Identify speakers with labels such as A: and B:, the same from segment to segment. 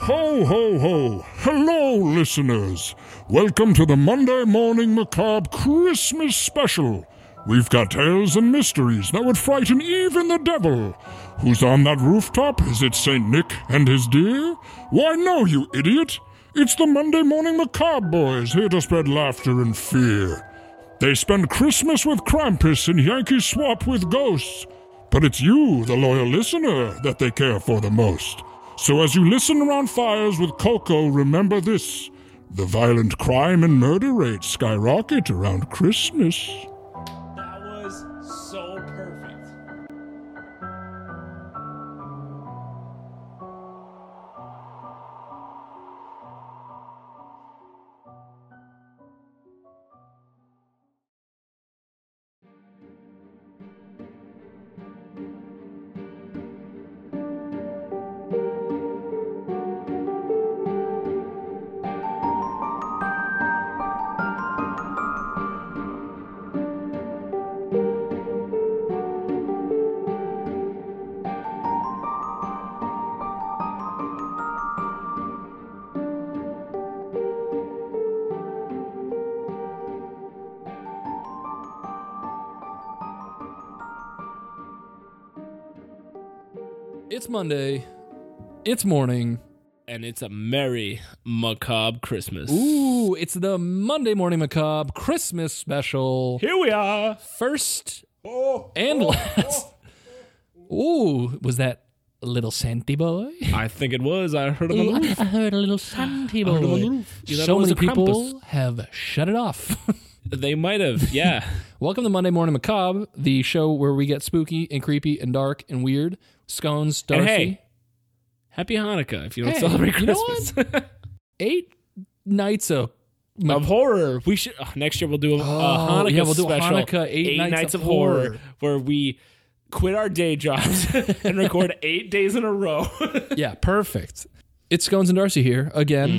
A: Ho, ho, ho! Hello, listeners! Welcome to the Monday Morning Macabre Christmas Special. We've got tales and mysteries that would frighten even the devil. Who's on that rooftop? Is it St. Nick and his deer? Why, no, you idiot! It's the Monday Morning Macabre Boys here to spread laughter and fear. They spend Christmas with Krampus and Yankee Swap with ghosts. But it's you, the loyal listener, that they care for the most. So as you listen around fires with Coco, remember this the violent crime and murder rates skyrocket around Christmas.
B: That was so perfect.
C: It's Monday. It's morning.
B: And it's a merry macabre Christmas.
C: Ooh, it's the Monday Morning Macabre Christmas special.
B: Here we are.
C: First
B: Oh,
C: and last. Ooh, was that a little Santy boy?
B: I think it was. I heard him.
C: Ooh,
B: on the-
C: I heard a little Santy
B: heard him on
C: boy.
B: the roof. You thought it
C: So
B: was
C: many
B: a Krampus.
C: people have shut it off.
B: They might have. Yeah.
C: Welcome to Monday Morning Macabre, the show where we get spooky and creepy and dark and weird. Scones, Darcy.
B: and hey, happy Hanukkah if you don't
C: Hey,
B: celebrate
C: you know
B: Christmas.
C: Eight nights of
B: of horror. We should oh, next year we'll do a, a
C: Oh,
B: Hanukkah
C: yeah, we'll do a
B: special.
C: Hanukkah eight nights of horror.
B: where we quit our day jobs and record eight days in a row.
C: yeah, perfect. It's Scones and Darcy here again.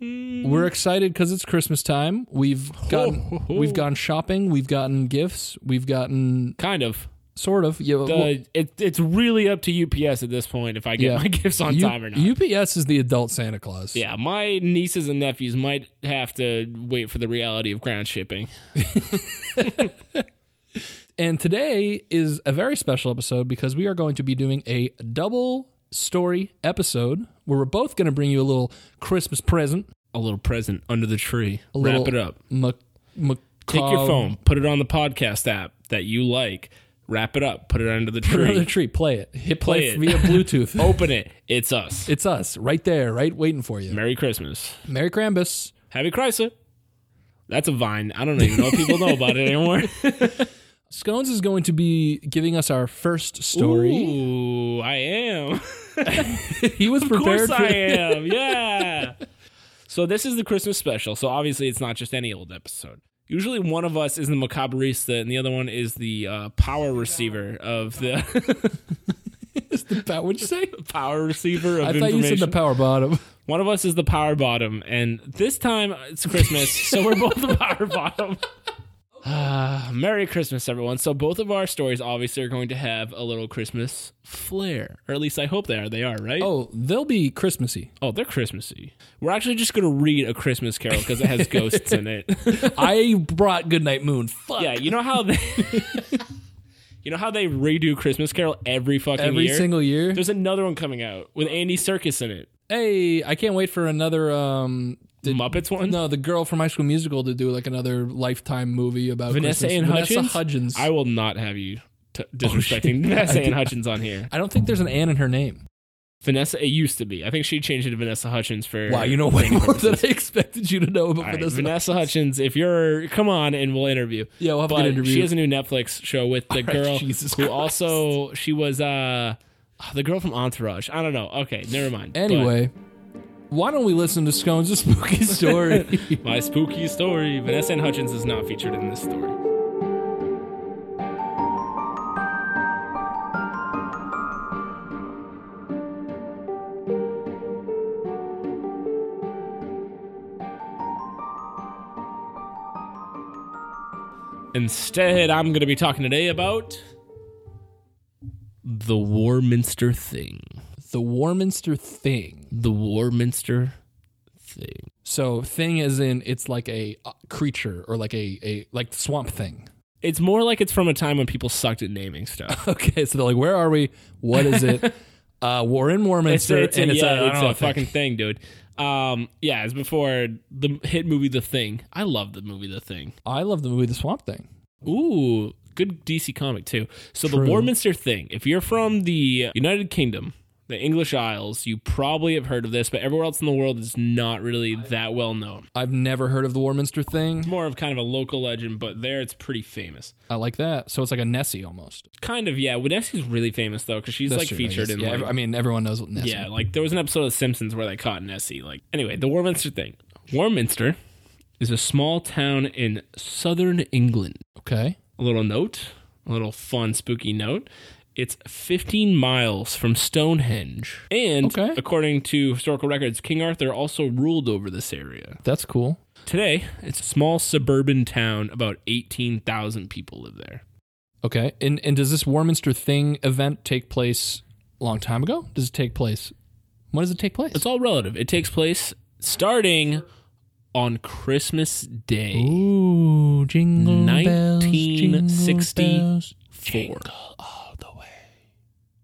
B: Mm-hmm.
C: We're excited because it's Christmas time. We've gotten
B: ho, ho.
C: we've gone shopping. We've gotten gifts. We've gotten
B: kind of.
C: sort of. Yeah,
B: The,
C: well,
B: it, it's really up to UPS at this point if I get
C: yeah.
B: my gifts on
C: U-
B: time or not.
C: UPS is the adult Santa Claus.
B: Yeah, my nieces and nephews might have to wait for the reality of ground shipping.
C: And today is a very special episode because we are going to be doing a double story episode where we're both going to bring you a little Christmas present.
B: A little present under the tree. Wrap
C: little
B: it up.
C: Mac- macabre-
B: Take your phone, put it on the podcast app that you like, wrap it up, put it under the
C: Under the
B: tree,
C: tree. Play it. Hit play,
B: Play it.
C: via Bluetooth.
B: open it. It's us.
C: It's us right there, right waiting for you.
B: Merry Christmas.
C: Merry Krampus.
B: Happy Chrysler. That's a vine. I don't even know if people know about it anymore.
C: Scones is going to be giving us our first story.
B: Ooh, I am.
C: he was
B: Of
C: prepared
B: course
C: for
B: I am. Yeah. so this is the Christmas special. So obviously it's not just any old episode. Usually one of us is the macabrista and the other one is the uh, power receiver of the
C: that. Would you say?
B: power receiver of
C: I thought
B: information.
C: you said the power bottom.
B: one of us is the power bottom, and this time it's Christmas, so we're both the power bottom. Ah, Merry Christmas, everyone. So both of our stories obviously are going to have a little Christmas flair, or at least I hope they are. They are, right?
C: Oh, they'll be Christmassy.
B: Oh, they're Christmassy. We're actually just going to read a Christmas carol because it has ghosts in it.
C: I brought Goodnight Moon. Fuck.
B: yeah, you know how they You know how they redo Christmas carol every fucking
C: Every
B: year?
C: single year.
B: There's another one coming out with Andy Circus in it.
C: hey, I can't wait for another. Um,
B: The Muppets one?
C: no, the girl from High School Musical to do like another Lifetime movie about
B: Vanessa
C: Christmas.
B: and
C: Vanessa Oh,
B: Hudgens?
C: Hudgens.
B: I will not have you t- disrespecting Vanessa Ann Hutchins on here.
C: I don't think there's an Ann in her name.
B: Vanessa, it used to be. I think she changed it to Vanessa Hutchins for.
C: Wow, you know way more than I expected you to know about
B: All right,
C: Vanessa.
B: Vanessa Hutchins, if you're, come on and we'll interview.
C: Yeah, we'll have a
B: But
C: good interview.
B: She has a new Netflix show with the
C: right,
B: girl
C: Jesus
B: who
C: Christ.
B: also she was uh the girl from Entourage. I don't know. Okay, never mind. But
C: Anyway, why don't we listen to Scones' spooky story?
B: my spooky story. Vanessa Ann Hutchins is not featured in this story. Instead, I'm going to be talking today about the Warminster Thing.
C: the Warminster Thing.
B: The Warminster thing.
C: So thing as in it's like a uh, creature or like a, a like swamp thing.
B: It's more like it's from a time when people sucked at naming stuff.
C: Okay, so they're like, where are we? What is it? uh, we're in Warminster, and it's,
B: yeah,
C: a, I
B: it's
C: don't know,
B: a fucking thing, dude. Um, yeah, it's before the hit movie The Thing. I love the movie The Thing.
C: I love the movie The Swamp Thing.
B: Ooh, good DC comic too. So
C: True.
B: the Warminster thing. If you're from the United Kingdom, the English Isles, you probably have heard of this, but everywhere else in the world it's not really that well known.
C: I've never heard of the Warminster Thing.
B: More of kind of a local legend, but there it's pretty famous.
C: I like that. So it's like a Nessie almost.
B: Kind of, yeah. Winnessy's really famous though, because she's
C: That's
B: like
C: true, I
B: featured
C: guess.
B: in
C: Yeah,
B: like,
C: every- I mean, everyone knows what Nessie.
B: Yeah, like there was an episode of The Simpsons where they caught Nessie. Like anyway, the Warminster thing. Warminster is a small town in southern England.
C: Okay.
B: a little note, a little fun, spooky note. It's 15 miles from Stonehenge. And
C: Okay.
B: according to historical records, King Arthur also ruled over this area.
C: That's cool.
B: Today, it's a small suburban town. About 18,000 people live there.
C: Okay. And and does this Warminster Thing event take place a long time ago? Does it take place? When does it take place?
B: It's all relative. It takes place starting on Christmas Day,
C: Ooh, jingle bells, jingle
B: 1964.
C: bells.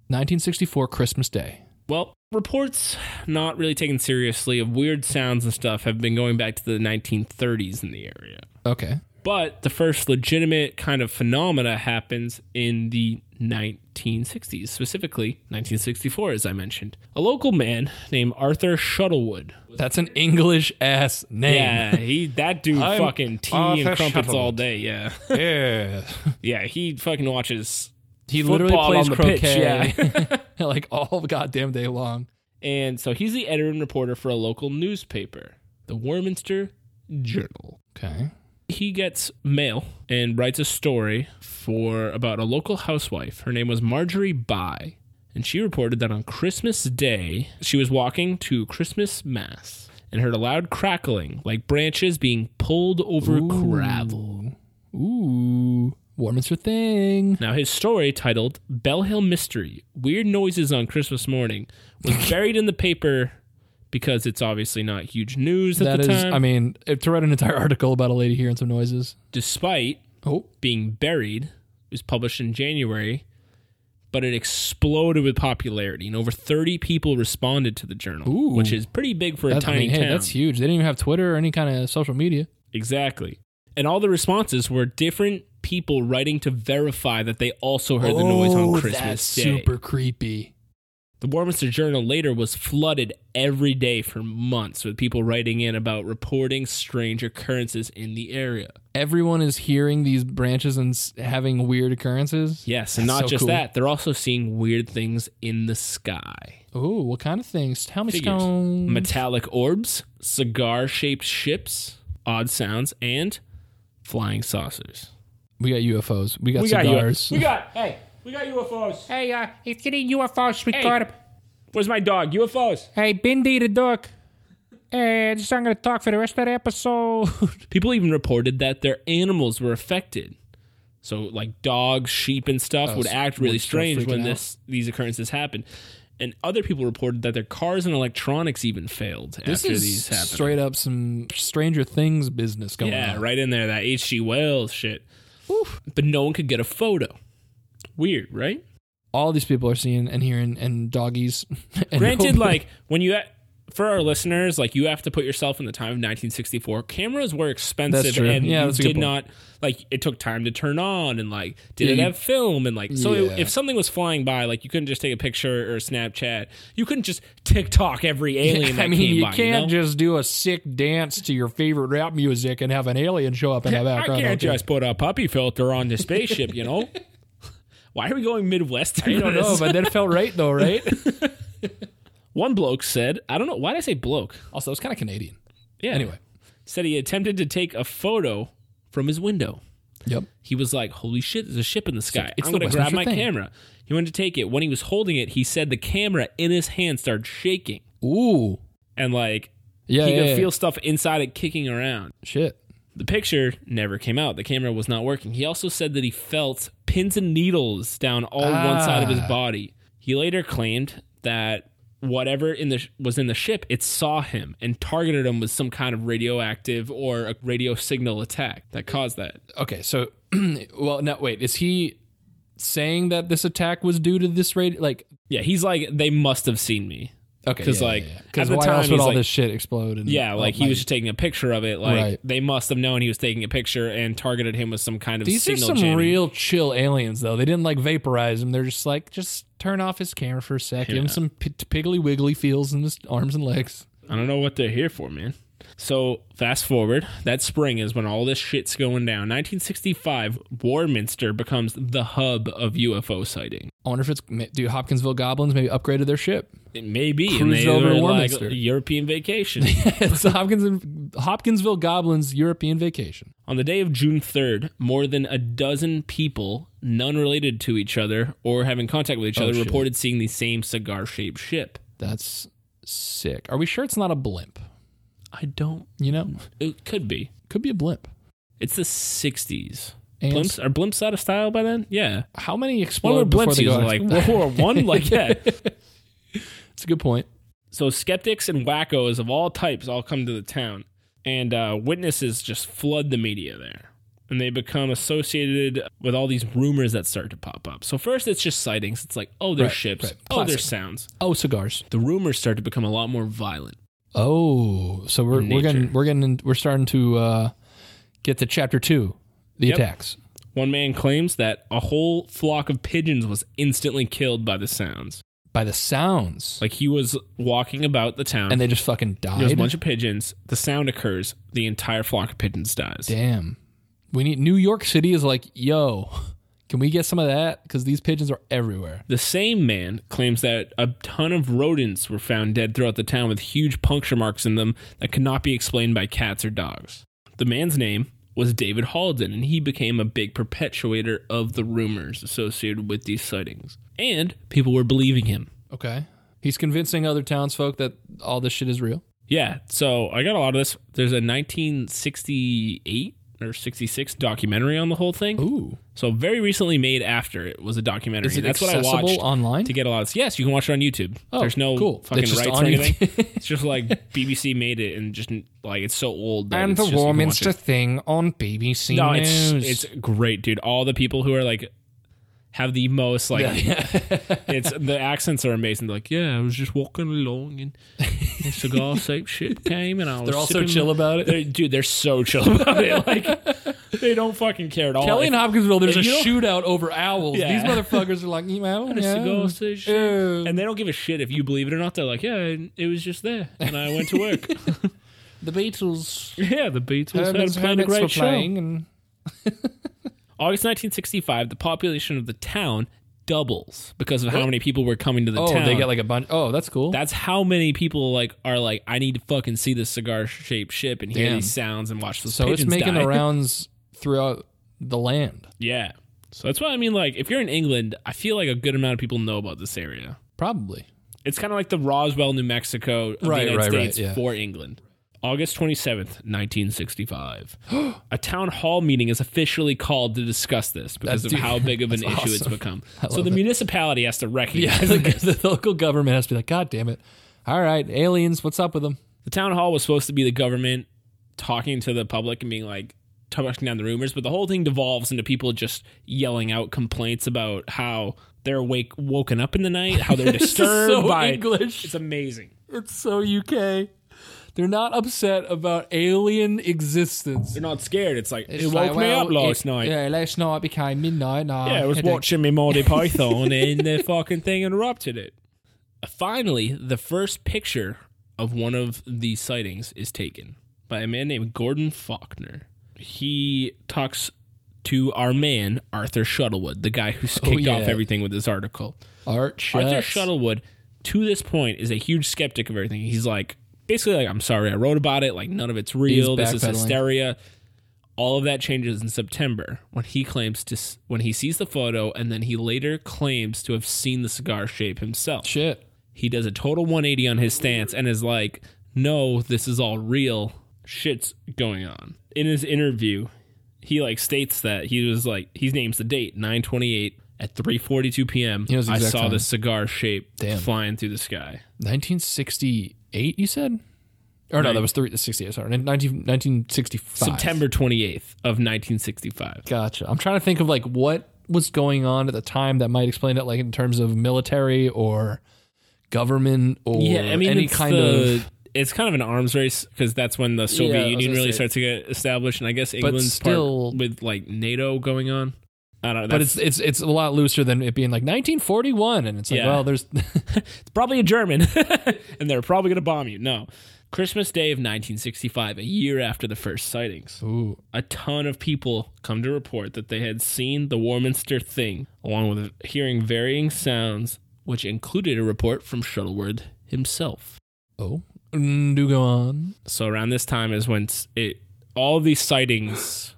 C: 1964 Christmas Day.
B: Well, reports not really taken seriously of weird sounds and stuff have been going back to the 1930s in the area.
C: Okay.
B: But the first legitimate kind of phenomena happens in the 1960s, specifically 1964, as I mentioned. A local man named Arthur Shuttlewood.
C: That's an English ass name.
B: Yeah, he that dude
C: I'm
B: fucking tea
C: Arthur
B: and crumpets all
C: Shuttlewood.
B: day. Yeah,
C: Yeah.
B: yeah, he fucking watches.
C: He
B: Football
C: literally plays
B: on the
C: croquet
B: pitch,
C: like all goddamn day long.
B: And so he's the editor and reporter for a local newspaper, the Warminster Journal.
C: Okay.
B: He gets mail and writes a story for about a local housewife. Her name was Marjorie By, and she reported that on Christmas Day, she was walking to Christmas Mass and heard a loud crackling, like branches being pulled over gravel.
C: Ooh, Warminster thing.
B: Now, his story titled Bell Hill Mystery Weird Noises on Christmas Morning was buried in the paper because it's obviously not huge news at
C: That
B: the
C: is,
B: time.
C: I mean, if to write an entire article about a lady hearing some noises.
B: despite
C: Oh,
B: being buried it was published in January, but it exploded with popularity, and over 30 people responded to the journal,
C: Ooh.
B: which is pretty big for a
C: that, I
B: tiny
C: mean, hey,
B: town.
C: that's huge. They didn't even have Twitter or any kind of social media.
B: Exactly. And all the responses were different people writing to verify that they also heard the noise on Christmas
C: Oh, that's
B: Day.
C: super creepy.
B: The Warminster Journal later was flooded every day for months with people writing in about reporting strange occurrences in the area.
C: Everyone is hearing these branches and s- having weird occurrences.
B: Yes, and
C: That's
B: not
C: so
B: just
C: cool.
B: that, they're also seeing weird things in the sky.
C: Ooh, what kind of things? Tell me,
B: Figures.
C: Stone.
B: Metallic orbs, cigar shaped ships, odd sounds, and flying saucers.
C: we got UFOs. We got
B: We got
C: cigars.
B: UFOs. We got hey, we got UFOs.
D: Hey, uh, it's getting UFOs. We
B: Hey.
D: got him.
B: Where's my dog? UFOs.
D: Hey, Bindi the dog. Hey, just I'm gonna talk for the rest of the episode.
B: People even reported that their animals were affected. So like dogs, sheep, and stuff would
C: so
B: act really
C: would start
B: strange when
C: freaking out.
B: this these occurrences happened. And other people reported that their cars and electronics even failed
C: this
B: after
C: is
B: these happened.
C: straight up some Stranger Things business going
B: Yeah,
C: on.
B: right in there, that H.G. Wells shit. But no one could get a photo. Weird, right?
C: All these people are seeing and hearing and doggies. and
B: Granted,
C: hope-
B: like when you for our listeners, like you have to put yourself in the time of 1964. Cameras were expensive,
C: That's true.
B: and
C: Yeah,
B: you
C: that's a good
B: did not
C: point.
B: like it took time to turn on, and like did
C: Yeah,
B: it
C: you-
B: have film, and like so
C: Yeah.
B: if something was flying by, like you couldn't just take a picture or a Snapchat. You couldn't just TikTok every alien. that
C: I mean,
B: came
C: you
B: by,
C: can't
B: know?
C: just do a sick dance to your favorite rap music and have an alien show up in the
B: I
C: background.
B: can't just put a puppy filter on the spaceship, you know. Why are we going Midwestern?
C: I don't know, but that felt right though, right?
B: One bloke said, I don't know, why did I say bloke?
C: also, it's kind of Canadian.
B: Yeah.
C: Anyway,
B: Said he attempted to take a photo from his window.
C: yep.
B: He was like, Holy shit, there's a ship in the sky.
C: it's
B: I'm
C: the
B: going to grab
C: Westminster
B: my
C: thing."
B: camera. He went to take it. When he was holding it, he said the camera in his hand started shaking.
C: Ooh,
B: And like,
C: yeah,
B: he
C: yeah,
B: could
C: yeah.
B: feel stuff inside it kicking around.
C: shit.
B: The picture never came out. The camera was not working. He also said that he felt pins and needles down all one side of his
C: Ah.
B: body. He later claimed that whatever in the sh- was in the ship, it saw him and targeted him with some kind of radioactive or a radio signal attack that caused that.
C: Okay, so well, now wait, is he saying that this attack was due to this radio? Like,
B: Yeah, he's like they must have seen me.
C: okay,
B: 'Cause,
C: yeah,
B: like,
C: yeah, yeah.
B: at
C: 'Cause
B: the
C: why
B: time
C: else would
B: he's
C: all
B: like-
C: this shit explode? And,
B: Yeah,
C: oh,
B: like
C: my-
B: he was just taking a picture of it. Like
C: Right.
B: they must have known he was taking a picture and targeted him with some kind of
C: These are
B: signal
C: some
B: jamming.
C: real chill aliens, though. They didn't like vaporize him. They're just like, just turn off his camera for a sec. Give him some p- piggly wiggly feels in his arms and legs.
B: I don't know what they're here for, man. So fast forward, that spring is when all this shit's going down. 1965, Warminster becomes the hub of UFO sighting.
C: I wonder if it's ma- do Hopkinsville goblins maybe upgraded their ship?
B: It may be, and
C: Cruise
B: they
C: over
B: were like
C: Warminster.
B: European vacation.
C: it's the Hopkins Hopkinsville goblins European vacation.
B: On the day of June 3rd, more than a dozen people, none related to each other or having contact with each other,
C: Oh, shit.
B: reported seeing the same cigar-shaped ship.
C: That's sick. Are we sure it's not a blimp?
B: I don't.
C: You know,
B: It could be.
C: could be a blimp.
B: It's the 60s.
C: And
B: Blimps are blimps out of style by then? Yeah.
C: how many explode
B: One of the
C: before
B: blimps
C: they
B: is
C: go out of
B: like
C: school?
B: World War One, like yeah.
C: It's a good point.
B: So skeptics and wackos of all types all come to the town, and uh, witnesses just flood the media there, and they become associated with all these rumors that start to pop up. So first, it's just sightings. It's like, oh, there's
C: Right,
B: ships.
C: right.
B: Oh,
C: Classic.
B: there's sounds.
C: Oh, cigars.
B: The rumors start to become a lot more violent.
C: Oh, so we're we're
B: Nature.
C: getting we're getting in, we're starting to uh, get to chapter two, the
B: Yep.
C: attacks.
B: One man claims that a whole flock of pigeons was instantly killed by the sounds.
C: by the sounds,
B: Like he was walking about the town,
C: and they just fucking died.
B: there's a bunch of pigeons. The sound occurs. The entire flock of pigeons dies.
C: Damn, we need New York City is like, yo, can we get some of that? Because these pigeons are everywhere.
B: The same man claims that a ton of rodents were found dead throughout the town with huge puncture marks in them that could not be explained by cats or dogs. The man's name was David Halden, and he became a big perpetuator of the rumors associated with these sightings. And people were believing him.
C: Okay, he's convincing other townsfolk that all this shit is real.
B: Yeah, so I got a lot of this. There's a 1968 or 66 documentary on the whole thing.
C: Ooh,
B: So very recently made after it was a documentary.
C: is it
B: That's what I
C: accessible
B: watched.
C: online?
B: to get a lot of yes you can watch it on youtube
C: Oh,
B: there's no
C: cool.
B: fucking
C: It's just
B: rights
C: on
B: or anything
C: YouTube.
B: it's just like bbc made it and just like it's so old that
D: And
B: it's
D: the
B: just, you can watch
D: Warminster
B: it.
D: thing on BBC
B: no it's
D: News.
B: it's great dude all the people who are like have the most like it's the accents are amazing They're like yeah i was just walking along and a cigar shaped shit came and i was
C: They're all so
B: sipping
C: chill
B: my-"
C: about it.
B: They're- dude they're so chill about it like they don't fucking care at all
C: Kelly
B: Oh, If-
C: and Hopkinsville, there's a
B: if you don't-
C: shootout over owls.
B: Yeah.
C: These motherfuckers are like, you know,
B: a
C: yeah.
B: cigar shaped shit.
C: Ew.
B: and they don't give a shit if you believe it or not they're like yeah it was just there and i went to work
C: the Beatles.
B: Yeah, the Beatles
C: Herman's
B: had played a
C: Hermits were
B: great show.
C: playing, and
B: August 1965, the population of the town doubles because of how many people were coming to the
C: oh,
B: town.
C: they got like a bunch. Oh, that's cool.
B: That's how many people like are like, I need to fucking see this cigar shaped ship and hear
C: Damn.
B: these sounds and watch the
C: so it's
B: pigeons
C: making
B: die.
C: the rounds throughout the land.
B: yeah. So that's why I mean, like, if you're in England, I feel like a good amount of people know about this area.
C: Probably.
B: It's kind of like the Roswell, New Mexico of
C: Right,
B: the United
C: right, right,
B: States
C: yeah.
B: for England. August 27th, 1965. a town hall meeting is officially called to discuss this because
C: That's-
B: of how big of an
C: that's
B: issue it's
C: awesome.
B: become.
C: I
B: So
C: love
B: the
C: it.
B: municipality has to recognize
C: Yeah,
B: it.
C: the, the local government has to be like, God damn it. All right, aliens, what's up with them?
B: The town hall was supposed to be the government talking to the public and being like, talking down the rumors, but the whole thing devolves into people just yelling out complaints about how they're awake, woken up in the night, how they're
C: This is
B: disturbed
C: so
B: by
C: English.
B: It's amazing.
C: It's so UK. They're not upset about alien existence.
B: They're not scared. It's like
C: It's
B: it woke
C: like,
B: me
C: well,
B: up last
C: it-
B: night.
C: Yeah, last night became midnight. and I
B: Yeah, I was
C: had a-
B: watching me Monty Python and the fucking thing interrupted it. Finally, the first picture of one of these sightings is taken by a man named Gordon Faulkner. He talks to our man, Arthur Shuttlewood, the guy who's kicked
C: Oh, yeah.
B: off everything with this article.
C: Art
B: Arthur
C: Shucks.
B: Shuttlewood, to this point, is a huge skeptic of everything. He's like, basically, like, I'm sorry, I wrote about it. Like, none of it's real. This is
C: backpedaling.
B: hysteria. All of that changes in September when he claims to s- when he sees the photo, and then he later claims to have seen the cigar shape himself.
C: Shit.
B: He does a total 180 on his stance and is like, "No, this is all real. Shit's going on." In his interview, he like states that he was like he names the date 928 at 3:42 p.m.
C: Yeah, it was the
B: I
C: exact
B: saw
C: time.
B: this cigar shape
C: Damn.
B: flying through the sky.
C: 1968, you said? Or no, that was three, 68, sorry. 19, 1965.
B: September 28th of 1965.
C: Gotcha. I'm trying to think of like what was going on at the time that might explain it, like in terms of military or government or
B: Yeah, I mean
C: any
B: it's
C: kind
B: the-
C: of.
B: it's kind of an arms race because that's when the
C: Yeah, I
B: Soviet
C: was
B: Union
C: gonna
B: really
C: say.
B: starts to get established, and I guess England's
C: still-
B: part with like NATO going on. I don't know.
C: But it's it's it's a lot looser than it being like 1941, and it's like
B: Yeah.
C: well, there's
B: it's probably a German, and they're probably gonna bomb you. No, Christmas Day of 1965, a year after the first sightings.
C: ooh
B: a ton of people come to report that they had seen the Warminster thing, along with hearing varying sounds, which included a report from Shuttleworth himself.
C: oh Mm, do go on
B: So around this time is when s- it all these sightings,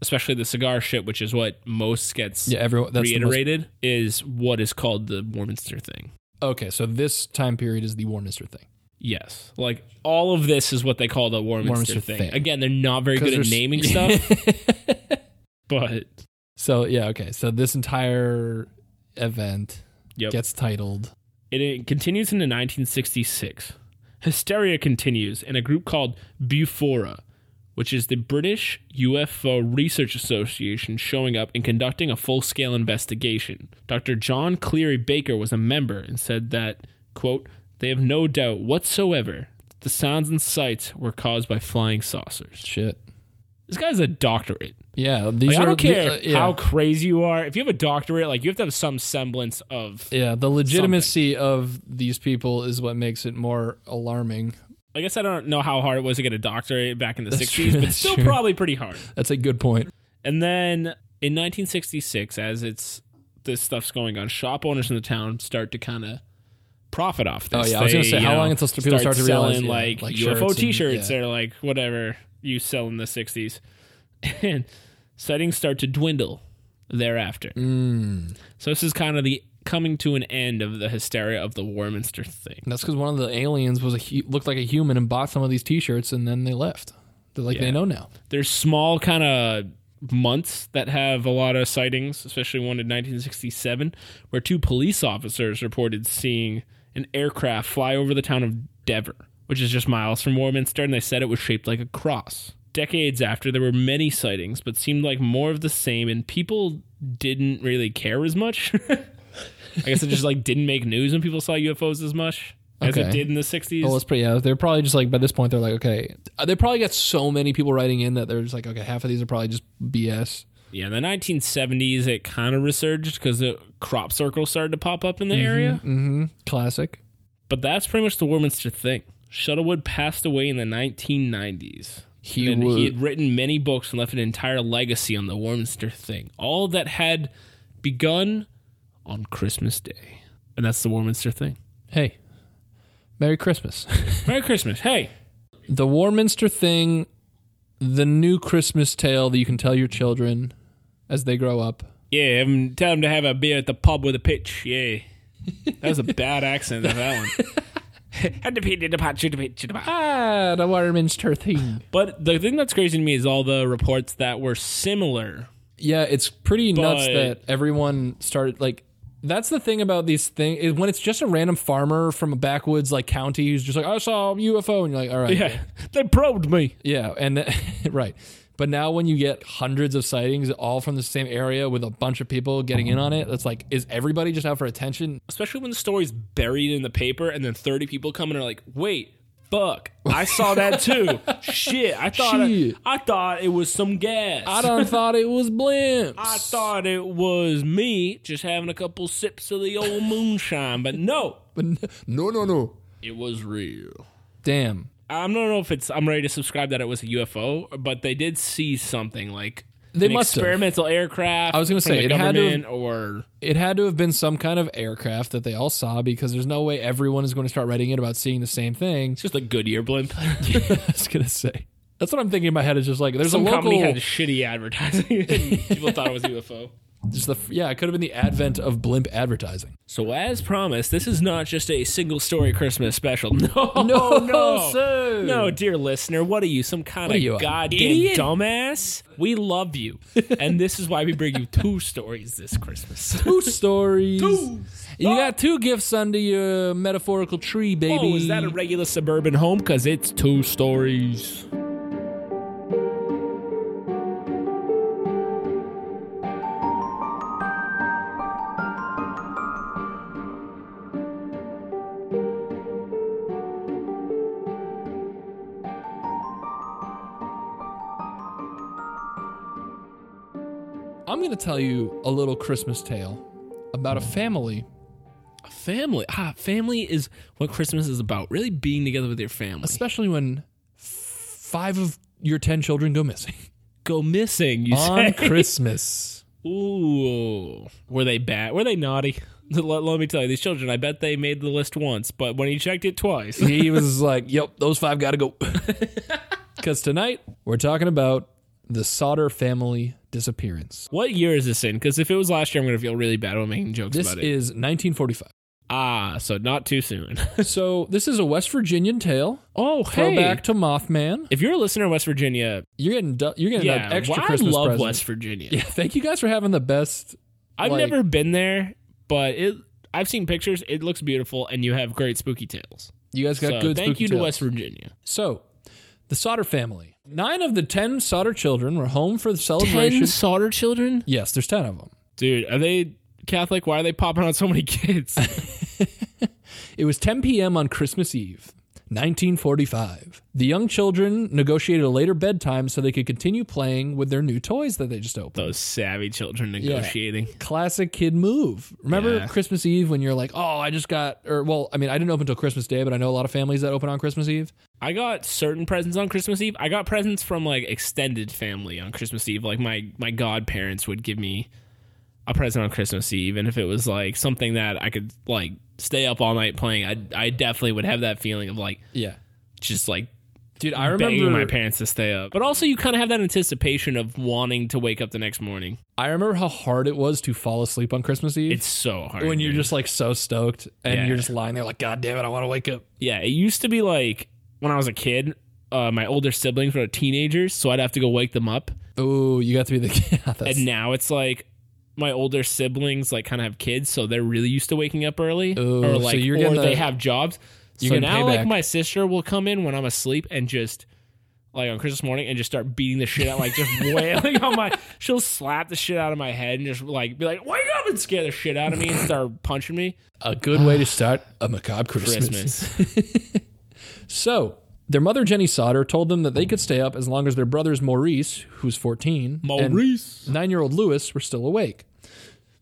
B: especially the cigar ship, which is what most gets
C: yeah everyone that's the most-
B: reiterated, is what is called the Warminster thing.
C: okay so this time period is the Warminster thing
B: Yes, like all of this is what they call the Warminster,
C: Warminster
B: thing.
C: thing.
B: Again, they're not very
C: 'Cause
B: good at
C: there's-
B: naming stuff, but
C: so yeah okay so this entire event
B: yep.
C: gets titled
B: It, it continues into 1966. Hysteria continues, and a group called Bufora, which is the British UFO Research Association, showing up and conducting a full scale investigation. Dr. John Cleary Baker was a member and said that, quote, they have no doubt whatsoever that the sounds and sights were caused by flying saucers.
C: shit
B: This guy's a doctorate.
C: yeah these
B: Like,
C: are
B: I don't
C: the-
B: care
C: uh, yeah.
B: how crazy you are. If you have a doctorate, like you have to have some semblance of
C: Yeah, the legitimacy of these people is what makes it more alarming.
B: I guess I don't know how hard it was to get a doctorate back in the
C: That's
B: 60s,
C: true,
B: but
C: that's
B: still
C: true.
B: probably pretty hard.
C: That's a good point.
B: And then in 1966, as it's this stuff's going on, shop owners in the town start to kind of profit off
C: Oh
B: this.
C: yeah, I was gonna
B: They,
C: say
B: you
C: how
B: know,
C: long until people start to
B: selling
C: realize yeah,
B: like,
C: shirts
B: UFO
C: and-
B: T-shirts
C: yeah.
B: or like whatever you sell in the 60s, and sightings start to dwindle thereafter.
C: Mm.
B: So this is kind of the coming to an end of the hysteria of the Warminster thing.
C: And that's because one of the aliens was a hu- looked like a human and bought some of these T-shirts and then they left. They're like
B: Yeah.
C: they know now.
B: there's small kind of months that have a lot of sightings, especially one in 1967, where two police officers reported seeing an aircraft fly over the town of Dever, which is just miles from Warminster, and they said it was shaped like a cross. Decades after, there were many sightings, but seemed like more of the same, and people didn't really care as much. I guess it just like didn't make news when people saw UFOs as much as it
C: Okay.
B: did in the 60s.
C: Well, Oh, it's pretty. Yeah, they're probably just like by this point they're like okay. Uh, They probably got so many people writing in that they're just like okay, half of these are probably just BS.
B: Yeah, in the 1970s, it kind of resurged because the crop circle started to pop up in the area.
C: Mm-hmm. Classic.
B: But that's pretty much the Warminster thing. Shuttlewood passed away in the 1990s.
C: He
B: and
C: would-
B: he had written many books and left an entire legacy on the Warminster thing. All that had begun on Christmas Day. And that's the Warminster thing.
C: Hey, Merry Christmas.
B: Merry Christmas. Hey,
C: the Warminster thing, the new Christmas tale that you can tell your children as they grow up.
B: Yeah, and tell him to have a beer at the pub with a pitch. Yeah. That was a bad accent of that one.
C: Ah, the Warminster thing.
B: but the thing that's crazy to me is all the reports that were similar.
C: Yeah, it's pretty nuts
B: But-
C: that everyone started like. That's the thing about these things is when it's just a random farmer from a backwoods like county who's just like I saw a UFO and you're like all right
B: Yeah. They probed me.
C: yeah and th- right but now when you get hundreds of sightings all from the same area with a bunch of people getting in on it it's like is everybody just out for attention
B: Especially when the story's buried in the paper and then 30 people come and are like, wait, fuck, I saw that too. Shit, I thought,
C: Shit.
B: I, thought it was some gas.
C: I done thought it was blimps
B: I thought it was me just having a couple sips of the old moonshine, but no,
C: But n- no, no, no.
B: it was real.
C: Damn.
B: I don't know if it's I'm ready to subscribe that it was a UFO, but they did see something like
C: They
B: an
C: must have.
B: experimental aircraft.
C: I was gonna
B: from
C: say,
B: the
C: it had to have-
B: government or
C: It had to have been some kind of aircraft that they all saw because there's no way everyone is going to start writing it about seeing the same thing.
B: it's just a Goodyear blimp.
C: I was going to say. That's what I'm thinking in my head is just like there's
B: Some
C: a local
B: company had shitty advertising. and People thought it was a UFO.
C: Just the yeah, it could have been the advent of blimp advertising.
B: So, as promised, this is not just a single story Christmas special. No,
C: No, sir.
B: No, dear listener, what are you, some kind
C: are
B: of
C: you, a
B: goddamn
C: idiot?
B: dumbass? We love you. and this is why we bring you two stories this Christmas.
C: Two stories. You got two gifts under your metaphorical tree, baby.
B: Oh, is that a regular suburban home? Because it's two stories.
C: I'm going to tell you a little Christmas tale about a family.
B: Family. Ah, family is what Christmas is about. Really being together with your family.
C: especially when f- five of your ten children go missing
B: Go missing, you say?
C: on Christmas.
B: Ooh. Were they bad? Were they naughty? Let, let me tell you, these children, I bet they made the list once, but when he checked it twice.
C: He was like, "Yep, those five got to go." Because tonight we're talking about the Sauter family disappearance.
B: what year is this in? Because if it was last year, I'm going to feel really bad about making jokes
C: This
B: about it.
C: is 1945.
B: ah, so not too soon.
C: So this is a West Virginian tale.
B: oh, hey.
C: Throwback to Mothman.
B: if you're a listener in West Virginia,
C: You're getting du- you're getting
B: yeah,
C: an extra
B: why I
C: Christmas
B: love
C: present.
B: West Virginia.
C: Yeah, thank you guys for having the best.
B: I've
C: like-
B: never been there, but it. I've seen pictures. It looks beautiful, and you have great spooky tales.
C: You guys got
B: So
C: good.
B: thank
C: spooky
B: you to
C: tales.
B: West Virginia.
C: So, the Sauter family. Nine of the ten Sauter children were home for the celebration.
B: Ten solder children,
C: Yes, there's ten of them.
B: dude. Are they Catholic? Why are they popping on so many kids?
C: It was 10 p.m. on Christmas Eve, 1945. The young children negotiated a later bedtime so they could continue playing with their new toys that they just opened.
B: Those savvy children
C: Yeah.
B: negotiating.
C: Classic kid move. Remember
B: Yeah.
C: Christmas Eve when you're like, oh, I just got, or well, I mean, I didn't open until Christmas Day, but I know a lot of families that open on Christmas Eve.
B: I got certain presents on Christmas Eve. I got presents from like extended family on Christmas Eve. Like my my godparents would give me a present on Christmas Eve, and if it was like something that I could like stay up all night playing, I I definitely would have that feeling of like
C: Yeah.
B: just like
C: Dude, I
B: begging my
C: remember
B: parents to stay up. But also, you kind of have that anticipation of wanting to wake up the next morning.
C: I remember how hard it was to fall asleep on Christmas Eve.
B: It's so hard
C: when you're
B: dude.
C: just like so stoked and
B: Yeah.
C: you're just lying there like, God damn it, I want to wake up.
B: yeah. It used to be like when I was a kid. Uh, my older siblings were teenagers, so I'd have to go wake them up.
C: Oh, you got to be the yeah, that's-
B: and now it's like my older siblings like kind of have kids, so they're really used to waking up early,
C: Ooh,
B: or
C: so
B: like
C: you're
B: or
C: getting
B: they
C: the-
B: have jobs.
C: you're
B: So
C: getting
B: now,
C: payback.
B: like my sister will come in when I'm asleep and just like on Christmas morning and just start beating the shit out, like just wailing on my. She'll slap the shit out of my head and just like be like, "Wake up!" and scare the shit out of me and start punching me.
C: a good way to start a macabre Ah, Christmas.
B: Christmas.
C: So their mother Jenny Sauter told them that they could stay up as long as their brothers Maurice, who's 14,
B: Maurice.
C: and nine-year-old Lewis were still awake.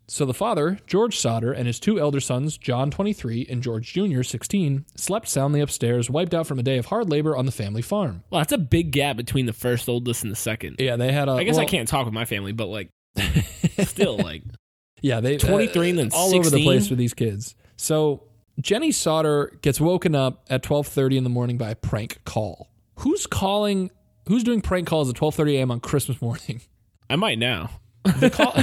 C: So the father, George Sauter, and his two elder sons, John 23 and George Jr. 16, slept soundly upstairs, wiped out from a day of hard labor on the family farm.
B: Well, that's a big gap between the first oldest and the second.
C: Yeah, they had a.
B: I guess I can't talk with my family, but like, still like
C: Yeah, they uh,
B: 23 and then
C: all over the
B: 16?
C: place with these kids. So Jenny Sauter gets woken up at 12:30 in the morning by a prank call. Who's calling? Who's doing prank calls at 12:30 a.m. on Christmas morning?
B: I might now.
C: The, call,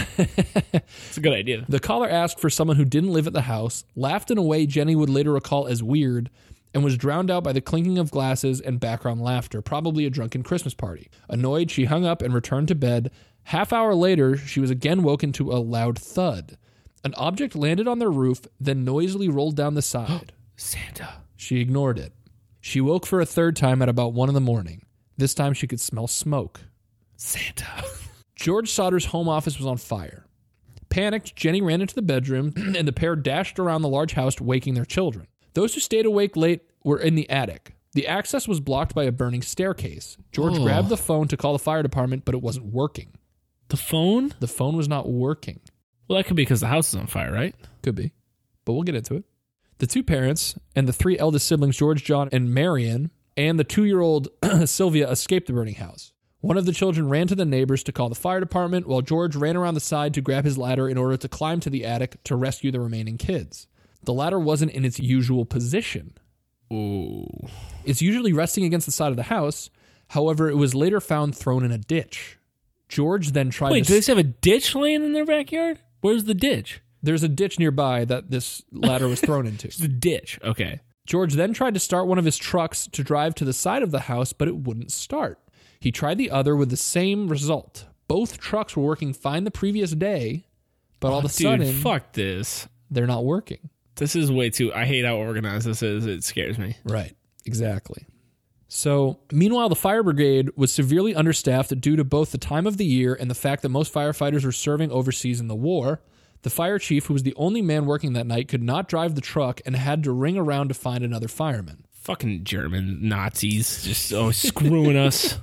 B: It's a good idea.
C: the caller asked for someone who didn't live at the house, laughed in a way Jenny would later recall as weird, and was drowned out by the clinking of glasses and background laughter, probably a drunken Christmas party. Annoyed, she hung up and returned to bed. Half hour later, she was again woken to a loud thud. An object landed on their roof, then noisily rolled down the side.
B: Santa.
C: She ignored it. She woke for a third time at about one in the morning. This time she could smell smoke.
B: Santa.
C: George Sauter's home office was on fire. Panicked, Jenny ran into the bedroom, and the pair dashed around the large house, waking their children. Those who stayed awake late were in the attic. The access was blocked by a burning staircase. George grabbed the phone to call the fire department, but it wasn't working.
B: The phone?
C: The phone was not working.
B: Well, that could be because the house is on fire, right?
C: Could be, but we'll get into it. The two parents and the three eldest siblings, George, John, and Marion, and the two year old Sylvia escaped the burning house. One of the children ran to the neighbors to call the fire department, while George ran around the side to grab his ladder in order to climb to the attic to rescue the remaining kids. The ladder wasn't in its usual position.
B: Ooh.
C: It's usually resting against the side of the house. However, it was later found thrown in a ditch. George then tried
B: Wait,
C: to.
B: do they just have a ditch laying in their backyard? Where's the ditch?
C: there's a ditch nearby that this ladder was thrown into.
B: The ditch. Okay.
C: George then tried to start one of his trucks to drive to the side of the house, but it wouldn't start. He tried the other with the same result. Both trucks were working fine the previous day, but all of a
B: Dude,
C: sudden,
B: fuck this.
C: they're not working.
B: This is way too. I hate how organized this is. It scares me.
C: Right, exactly. So, meanwhile, the fire brigade was severely understaffed due to both the time of the year and the fact that most firefighters were serving overseas in the war. The fire chief, who was the only man working that night, could not drive the truck and had to ring around to find another fireman.
B: Fucking German Nazis just oh screwing us.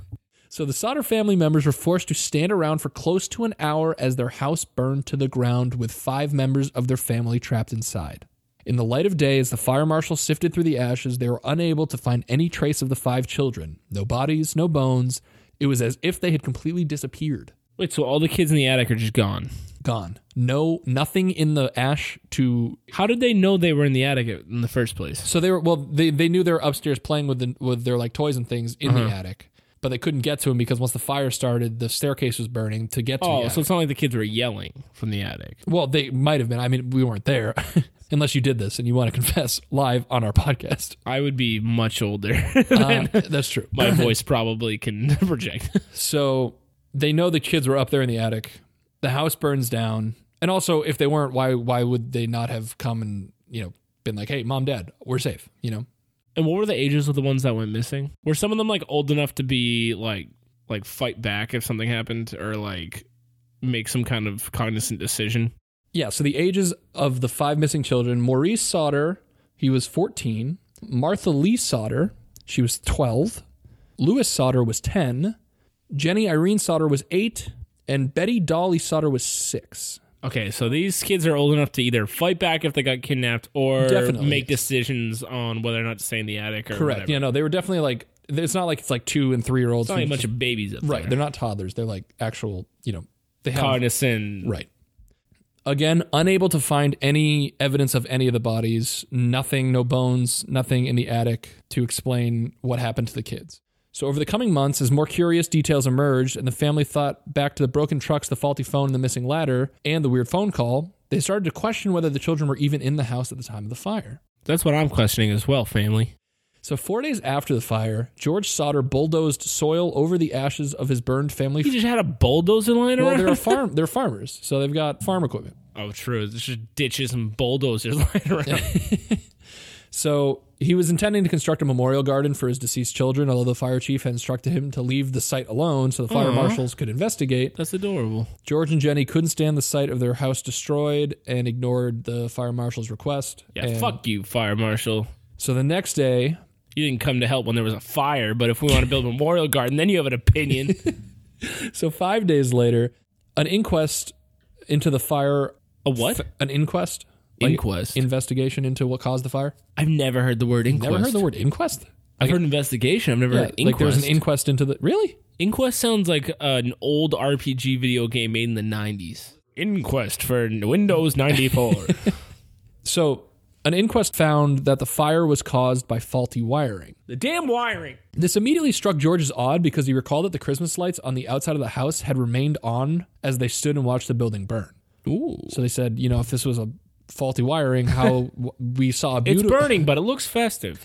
C: So the Sauter family members were forced to stand around for close to an hour as their house burned to the ground with five members of their family trapped inside. In the light of day, as the fire marshal sifted through the ashes, they were unable to find any trace of the five children. No bodies, no bones. It was as if they had completely disappeared.
B: Wait, so all the kids in the attic are just gone?
C: Gone. No, nothing in the ash to.
B: How did they know they were in the attic in the first place?
C: So they were well. They they knew they were upstairs playing with the, with their like toys and things in the attic, but they couldn't get to him because once the fire started, the staircase was burning to get to. the
B: Oh,
C: attic.
B: so it's not like the kids were yelling from the attic.
C: Well, they might have been. I mean, we weren't there. Unless you did this and you want to confess live on our podcast.
B: I would be much older.
C: Uh, that's true.
B: My voice probably can project.
C: So they know the kids were up there in the attic. The house burns down. And also, if they weren't, why why would they not have come and, you know, been like, hey, mom, dad, we're safe, you know?
B: And what were the ages of the ones that went missing? Were some of them like old enough to be like like fight back if something happened or like make some kind of cognizant decision?
C: Yeah, so the ages of the five missing children Maurice Sauter, he was 14. Martha Lee Sauter, she was 12. Louis Sauter was 10. Jenny Irene Sauter was 8. And Betty Dolly Sauter was 6.
B: Okay, so these kids are old enough to either fight back if they got kidnapped or
C: Definitely.
B: make decisions on whether or not to stay in the attic or
C: Correct.
B: whatever.
C: Yeah, no, they were definitely like, it's not like it's like two and three year
B: It's
C: olds.
B: not like a bunch of babies up
C: right.
B: there.
C: They're not toddlers. They're like actual, you know, they have.
B: Cognizant.
C: Right. Again, unable to find any evidence of any of the bodies, nothing, no bones, nothing in the attic to explain what happened to the kids. So, over the coming months, as more curious details emerged and the family thought back to the broken trucks, the faulty phone, and the missing ladder, and the weird phone call, they started to question whether the children were even in the house at the time of the fire.
B: That's what I'm questioning as well, family.
C: So, four days after the fire, George Sauter bulldozed soil over the ashes of his burned family.
B: He just had a bulldozer lying
C: well, they're a
B: around.
C: farm. They're farmers, so they've got farm equipment.
B: Oh, true. There's just ditches and bulldozers lying around.
C: So he was intending to construct a memorial garden for his deceased children, although the fire chief had instructed him to leave the site alone so the fire marshals could investigate.
B: That's adorable.
C: George and Jenny couldn't stand the sight of their house destroyed and ignored the fire marshal's request.
B: Yeah,
C: And
B: fuck you, fire marshal.
C: So the next day,
B: You didn't come to help when there was a fire, but if we want to build a memorial garden, then you have an opinion.
C: so five days later, an inquest into the fire.
B: a what?
C: An inquest? Like,
B: Inquest.
C: investigation into what caused the fire?
B: I've never heard the word inquest.
C: Never heard the word inquest?
B: I've heard investigation. I've never
C: Yeah,
B: heard
C: like
B: inquest.
C: there was an inquest into the. Really?
B: Inquest sounds like an old RPG video game made in the 90s. Inquest for Windows 94.
C: So an inquest found that the fire was caused by faulty wiring.
B: the damn wiring.
C: This immediately struck George as odd because he recalled that the Christmas lights on the outside of the house had remained on as they stood and watched the building burn.
B: Ooh.
C: So they said, you know, if this was a faulty wiring, how w- we saw a
B: It's
C: beautiful
B: burning, but it looks festive.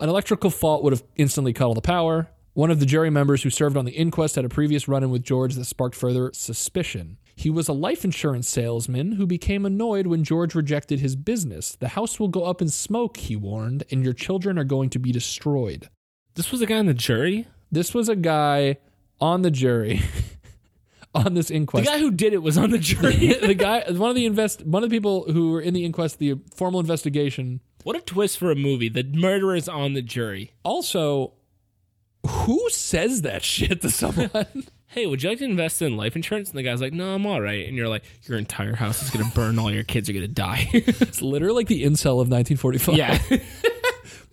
C: an electrical fault would have instantly cut all the power. One of the jury members who served on the inquest had a previous run in with George that sparked further suspicion. He was a life insurance salesman who became annoyed when George rejected his business. The house will go up in smoke, he warned, and your children are going to be destroyed.
B: This was a guy in the jury?
C: This was a guy on the jury on this
B: The
C: inquest.
B: guy who did it was on the jury.
C: the guy, one of the invest, one of the people who were in the inquest, the formal investigation.
B: what a twist for a movie. The murderer is on the jury.
C: Also, who says that shit to someone?
B: Hey, would you like to invest in life insurance? And the guy's like, No, I'm all right. And you're like, Your entire house is going to burn. All your kids are going to die.
C: It's literally like the incel of 1945.
B: yeah.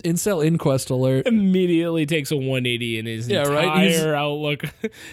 C: Incel inquest alert.
B: Immediately takes a 180 in his
C: Yeah,
B: entire
C: right? He's-
B: outlook,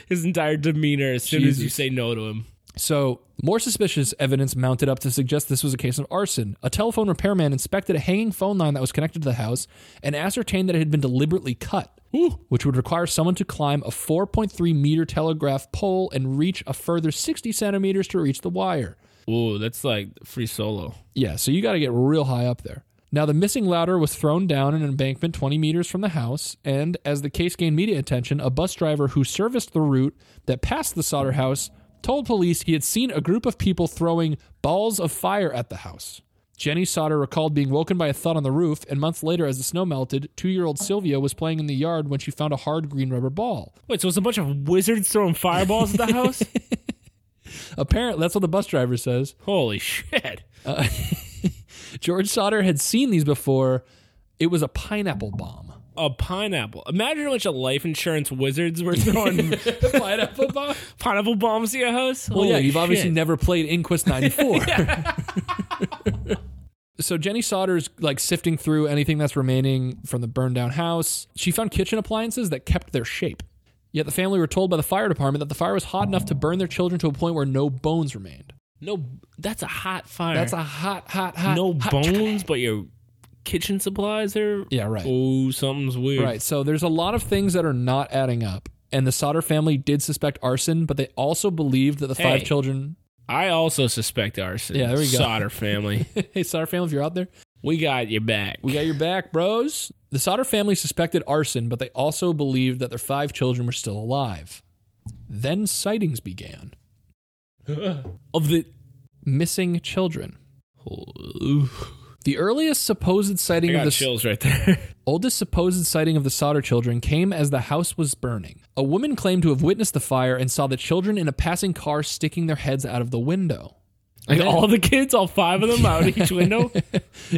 B: his entire demeanor as soon as you
C: Jesus.
B: say no to him.
C: So, more suspicious evidence mounted up to suggest this was a case of arson. A telephone repairman inspected a hanging phone line that was connected to the house and ascertained that it had been deliberately cut, which would require someone to climb a 4.3 meter telegraph pole and reach a further 60 centimeters to reach the wire.
B: Ooh, that's like free solo.
C: Yeah, so you got to get real high up there. Now, the missing ladder was thrown down an embankment 20 meters from the house, and as the case gained media attention, a bus driver who serviced the route that passed the solder house told police he had seen a group of people throwing balls of fire at the house. Jenny Sauter recalled being woken by a thud on the roof, and months later, as the snow melted, two year old Sylvia was playing in the yard when she found a hard green rubber ball.
B: Wait, so it's a bunch of wizards throwing fireballs at the house?
C: Apparently, that's what the bus driver says.
B: Holy shit.
C: George Sauter had seen these before. It was a pineapple bomb.
B: A pineapple. Imagine how much of life insurance wizards were throwing
C: pineapple bomb?
B: pineapple bombs at your house.
C: Well, Oh, yeah,
B: Holy
C: you've obviously
B: shit.
C: never played Inquest 94. so Jenny Sauter's like sifting through anything that's remaining from the burned down house. She found kitchen appliances that kept their shape. Yet the family were told by the fire department that the fire was hot enough to burn their children to a point where no bones remained.
B: No, that's a hot fire.
C: That's a hot, hot, hot.
B: no
C: hot
B: bones, but your kitchen supplies are.
C: Yeah, right.
B: Oh, something's weird.
C: Right. So there's a lot of things that are not adding up. And the Sauter family did suspect arson, but they also believed that the
B: Hey.
C: five children.
B: I also suspect arson.
C: Yeah, there we go.
B: Solder family.
C: hey, Sauter family, if you're out there,
B: we got your back.
C: We got your back, bros. The Sauter family suspected arson, but they also believed that their five children were still alive. Then sightings began.
B: of the.
C: Missing children.
B: Oof.
C: The earliest supposed
B: I
C: sighting of
B: got
C: the
B: chills right there.
C: oldest supposed sighting of the Sauter children came as the house was burning. A woman claimed to have witnessed the fire and saw the children in a passing car sticking their heads out of the window.
B: Like all the kids, all five of them out each window.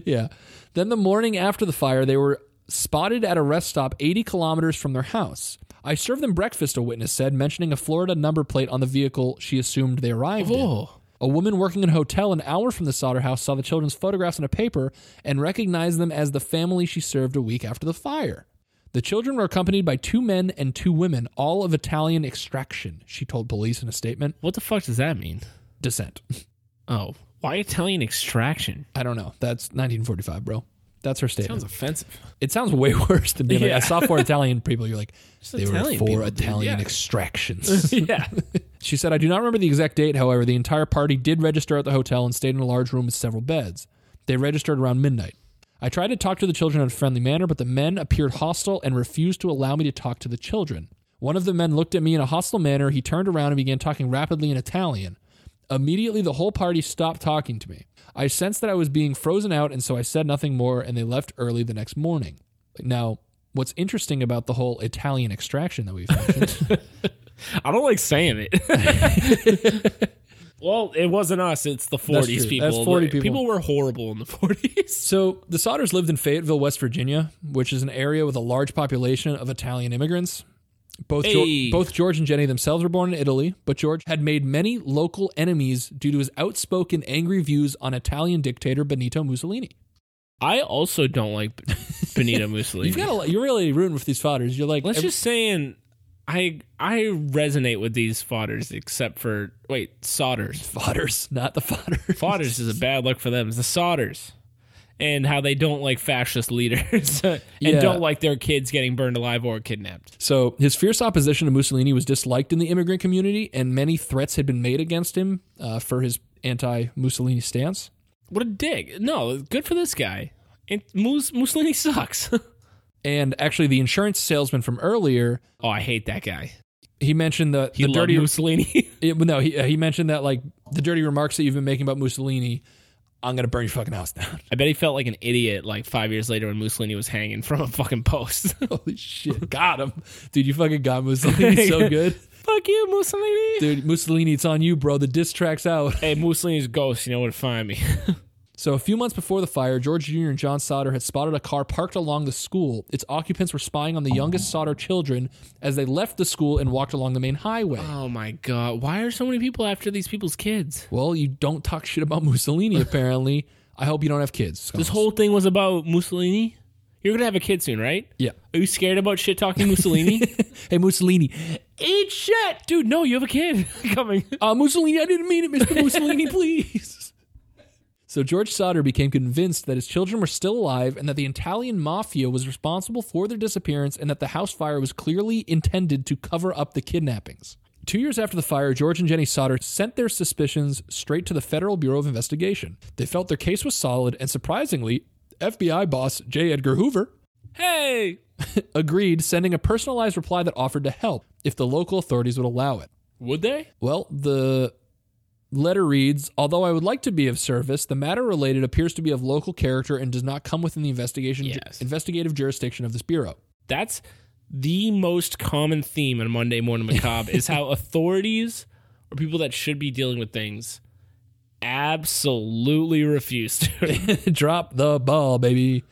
C: yeah. Then the morning after the fire, they were spotted at a rest stop 80 kilometers from their house. I served them breakfast, a witness said, mentioning a Florida number plate on the vehicle she assumed they arrived in.
B: Oh.
C: A woman working in a hotel an hour from the solder house saw the children's photographs in a paper and recognized them as the family she served a week after the fire. The children were accompanied by two men and two women, all of Italian extraction, she told police in a statement.
B: What the fuck does that mean?
C: Descent.
B: Oh, why Italian extraction?
C: I don't know. That's 1945, bro. That's her statement.
B: Sounds offensive.
C: It sounds way worse than being like,
B: Yeah.
C: I saw four Italian people. You're like, they
B: Italian
C: were four
B: people, dude.
C: Italian
B: Yeah.
C: extractions.
B: yeah.
C: she said, I do not remember the exact date. However, the entire party did register at the hotel and stayed in a large room with several beds. They registered around midnight. I tried to talk to the children in a friendly manner, but the men appeared hostile and refused to allow me to talk to the children. One of the men looked at me in a hostile manner. He turned around and began talking rapidly in Italian. Immediately, the whole party stopped talking to me. I sensed that I was being frozen out, and so I said nothing more, and they left early the next morning. Now, what's interesting about the whole Italian extraction that we've mentioned,
B: I don't like saying it. well, it wasn't us. It's the 40s
C: true.
B: people.
C: That's 40 people.
B: People were horrible in the 40s.
C: So the Sodders lived in Fayetteville, West Virginia, which is an area with a large population of Italian immigrants. Both, Geor-
B: Hey.
C: both George and Jenny themselves were born in Italy, but George had made many local enemies due to his outspoken, angry views on Italian dictator Benito Mussolini.
B: I also don't like Benito Mussolini.
C: You've got a, lot- you're really rooting with these Sodders. You're like,
B: Let's
C: ev-
B: just saying, I I resonate with these fodders, except for wait, sodders.
C: Fodders, not the Fodders.
B: Fodders is a bad look for them. It's the sodders. And how they don't like fascist leaders and
C: Yeah.
B: don't like their kids getting burned alive or kidnapped.
C: So his fierce opposition to Mussolini was disliked in the immigrant community, and many threats had been made against him uh, for his anti-Mussolini stance.
B: What a dig. No, good for this guy. And Mus- Mussolini sucks.
C: And actually, the insurance salesman from earlier
B: oh, I hate that guy.
C: he mentioned the,
B: He
C: the
B: loved
C: dirty
B: Mussolini.
C: it- no he, he mentioned that like the dirty remarks that you've been making about mussolini i'm gonna burn your fucking house down
B: I bet he felt like an idiot like five years later when Mussolini was hanging from a fucking post.
C: holy shit got him dude you fucking got mussolini He's so good
B: Fuck you, Mussolini.
C: dude mussolini it's on you bro the diss track's out
B: Hey, Mussolini's ghost, you know where to find me.
C: so a few months before the fire george jr and john sauter had spotted a car parked along the school its occupants were spying on the youngest sauter children as they left the school and walked along the main highway
B: oh my god. Why are so many people after these people's kids?
C: well you don't talk shit about mussolini apparently i hope you don't have kids
B: This whole thing was about Mussolini? You're gonna have a kid soon, right?
C: Yeah.
B: Are you scared about shit talking Mussolini?
C: Hey, Mussolini.
B: Eat shit, dude. No, you have a kid coming.
C: Uh, Mussolini, I didn't mean it, Mr. Mussolini, please. So George Sauter became convinced that his children were still alive and that the Italian mafia was responsible for their disappearance and that the house fire was clearly intended to cover up the kidnappings. Two years after the fire, George and Jenny Sauter sent their suspicions straight to the Federal Bureau of Investigation. They felt their case was solid, and surprisingly, FBI boss J. Edgar Hoover
B: Hey,
C: agreed, sending a personalized reply that offered to help if the local authorities would allow it.
B: would they?
C: Well, the letter reads Although I would like to be of service, the matter related appears to be of local character and does not come within the investigation
B: Yes.
C: investigative jurisdiction of this bureau.
B: That's the most common theme on Monday Morning Macabre is how authorities or people that should be dealing with things absolutely refuse to.
C: Drop the ball, baby.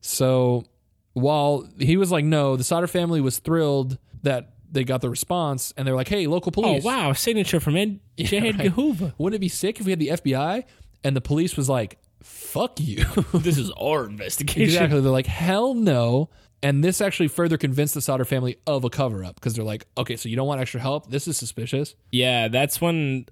C: So while he was like, No, the Sauter family was thrilled that they got the response and they were like, Hey, local
B: oh
C: police.
B: wow, signature from Ed J. Edgar Hoover.
C: Wouldn't it be sick if we had the FBI? And the police was like, Fuck you.
B: This is our investigation.
C: Exactly. They're like, hell no. And this actually further convinced the Sauter family of a cover up because they're like, okay, so you don't want extra help? This is suspicious.
B: Yeah, that's when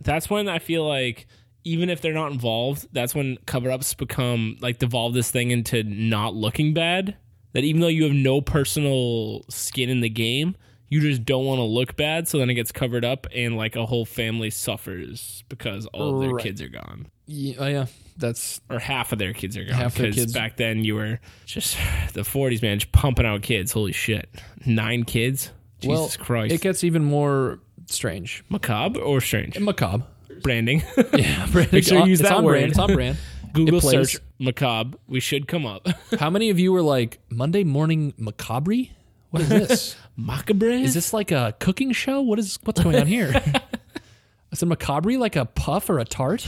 B: that's when I feel like even if they're not involved, that's when cover ups become like devolve this thing into not looking bad. That even though you have no personal skin in the game, you just don't want to look bad, so then it gets covered up and like a whole family suffers because all of their
C: Right.
B: kids are gone.
C: Yeah, oh, yeah. that's
B: Or half of their kids are gone.
C: Half their
B: 'Cause
C: kids-
B: back then you were just the forties, man, just pumping out kids. Holy shit. Nine kids?
C: well,
B: Jesus Christ.
C: It gets even more strange.
B: Macabre or strange?
C: Macabre.
B: Branding.
C: Yeah, brand.
B: Make sure you use
C: it's
B: that
C: on
B: word.
C: Brand. It's on brand.
B: Google
C: It plays.
B: search macabre. We should come up.
C: How many of you were like Monday morning macabre? What is this?
B: macabre?
C: is this like a cooking show? What is what's going on here? Is it macabre like a puff or a tart?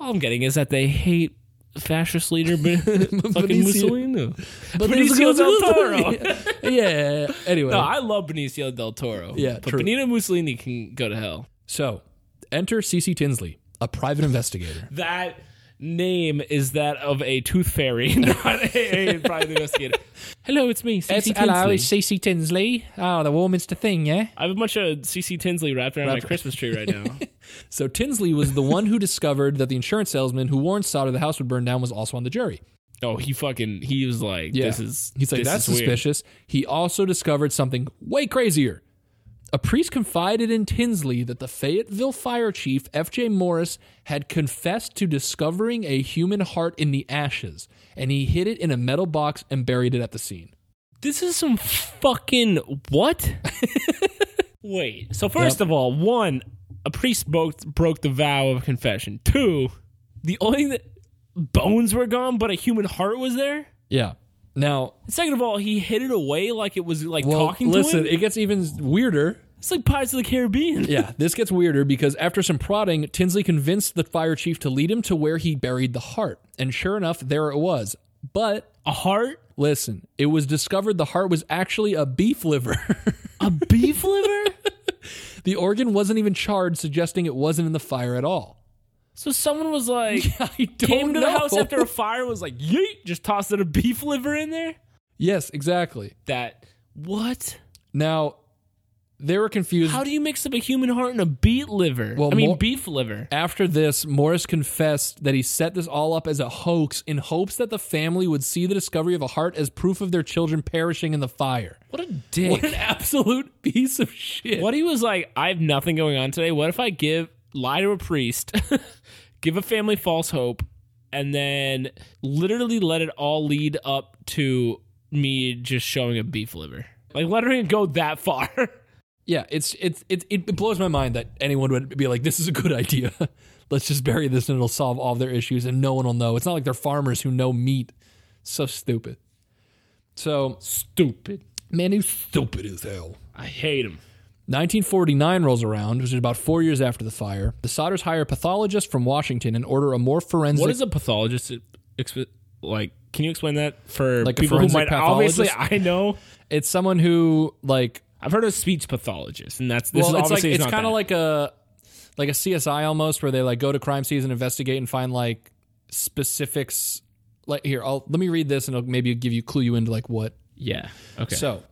B: all I'm getting is that they hate fascist leader B- fucking
C: Benicio-
B: Mussolini. Benicio del Toro.
C: yeah. Anyway,
B: No, I love Benicio del Toro.
C: Yeah,
B: but
C: true.
B: Benito Mussolini can go to hell.
C: So, enter CC Tinsley, a private investigator.
B: That name is that of a tooth fairy, not a, a private investigator. Hello, it's me, CC Tinsley.
C: CC Tinsley. Oh, the Warminster thing, yeah?
B: I have a bunch of CC Tinsley wrapped around my Christmas tree right now.
C: So, Tinsley was the one who discovered that the insurance salesman who warned Sauter the house would burn down was also on the jury.
B: oh, he fucking he was like,
C: Yeah.
B: this is
C: He's like,
B: this
C: that's
B: is weird."
C: suspicious. He also discovered something way crazier. A priest confided in Tinsley that the Fayetteville fire chief, F.J. Morris, had confessed to discovering a human heart in the ashes, and he hid it in a metal box and buried it at the scene.
B: This is some fucking what? Wait. So first
C: Yep.
B: of all, one, a priest broke broke the vow of confession. Two, the only thing that bones were gone, but a human heart was there.
C: Yeah. Now,
B: Second of all, he hid it away like it was like
C: Well,
B: talking
C: listen,
B: to him.
C: it gets even weirder.
B: It's like Pirates of the Caribbean.
C: Yeah, this gets weirder because after some prodding, Tinsley convinced the fire chief to lead him to where he buried the heart. And sure enough, there it was. But
B: A heart,
C: listen, it was discovered the heart was actually a beef liver.
B: a beef liver.
C: the organ wasn't even charred, suggesting it wasn't in the fire at all.
B: So someone was like
C: I don't
B: came to the
C: know.
B: house after a fire, was like yeet, just tossed a beef liver in there.
C: Yes, exactly.
B: That what?
C: Now, they were confused.
B: How do you mix up a human heart and a beet liver?
C: Well,
B: I mean,
C: more-
B: beef liver.
C: After this, Morris confessed that he set this all up as a hoax in hopes that the family would see the discovery of a heart as proof of their children perishing in the fire.
B: What a dick.
C: What an absolute piece of shit.
B: What he was like, I have nothing going on today. What if I give, lie to a priest, give a family false hope, and then literally let it all lead up to me just showing a beef liver? Like, letting it go that far.
C: Yeah, it's it's it, it blows my mind that anyone would be like, "This is a good idea. Let's just bury this and it'll solve all their issues, and no one will know." It's not like they're farmers who know meat. So stupid. So
B: Stupid.
C: man, who's stupid as hell.
B: I hate him.
C: 1949 rolls around, which is about four years after the fire. The Sodders hire a pathologist from Washington and order a more forensic.
B: What is a pathologist? exp- Like, can you explain that for
C: Like a
B: people who
C: forensic
B: might obviously?
C: pathologist?
B: I know.
C: it's someone who like
B: I've heard of speech pathologists, and that's this
C: well,
B: is
C: it's like
B: obviously
C: it's
B: not
C: kind
B: that.
C: of like a like a CSI almost, where they like go to crime scenes and investigate and find like specifics like here, I'll let me read this and it'll maybe give you clue you into like what
B: Yeah. Okay.
C: so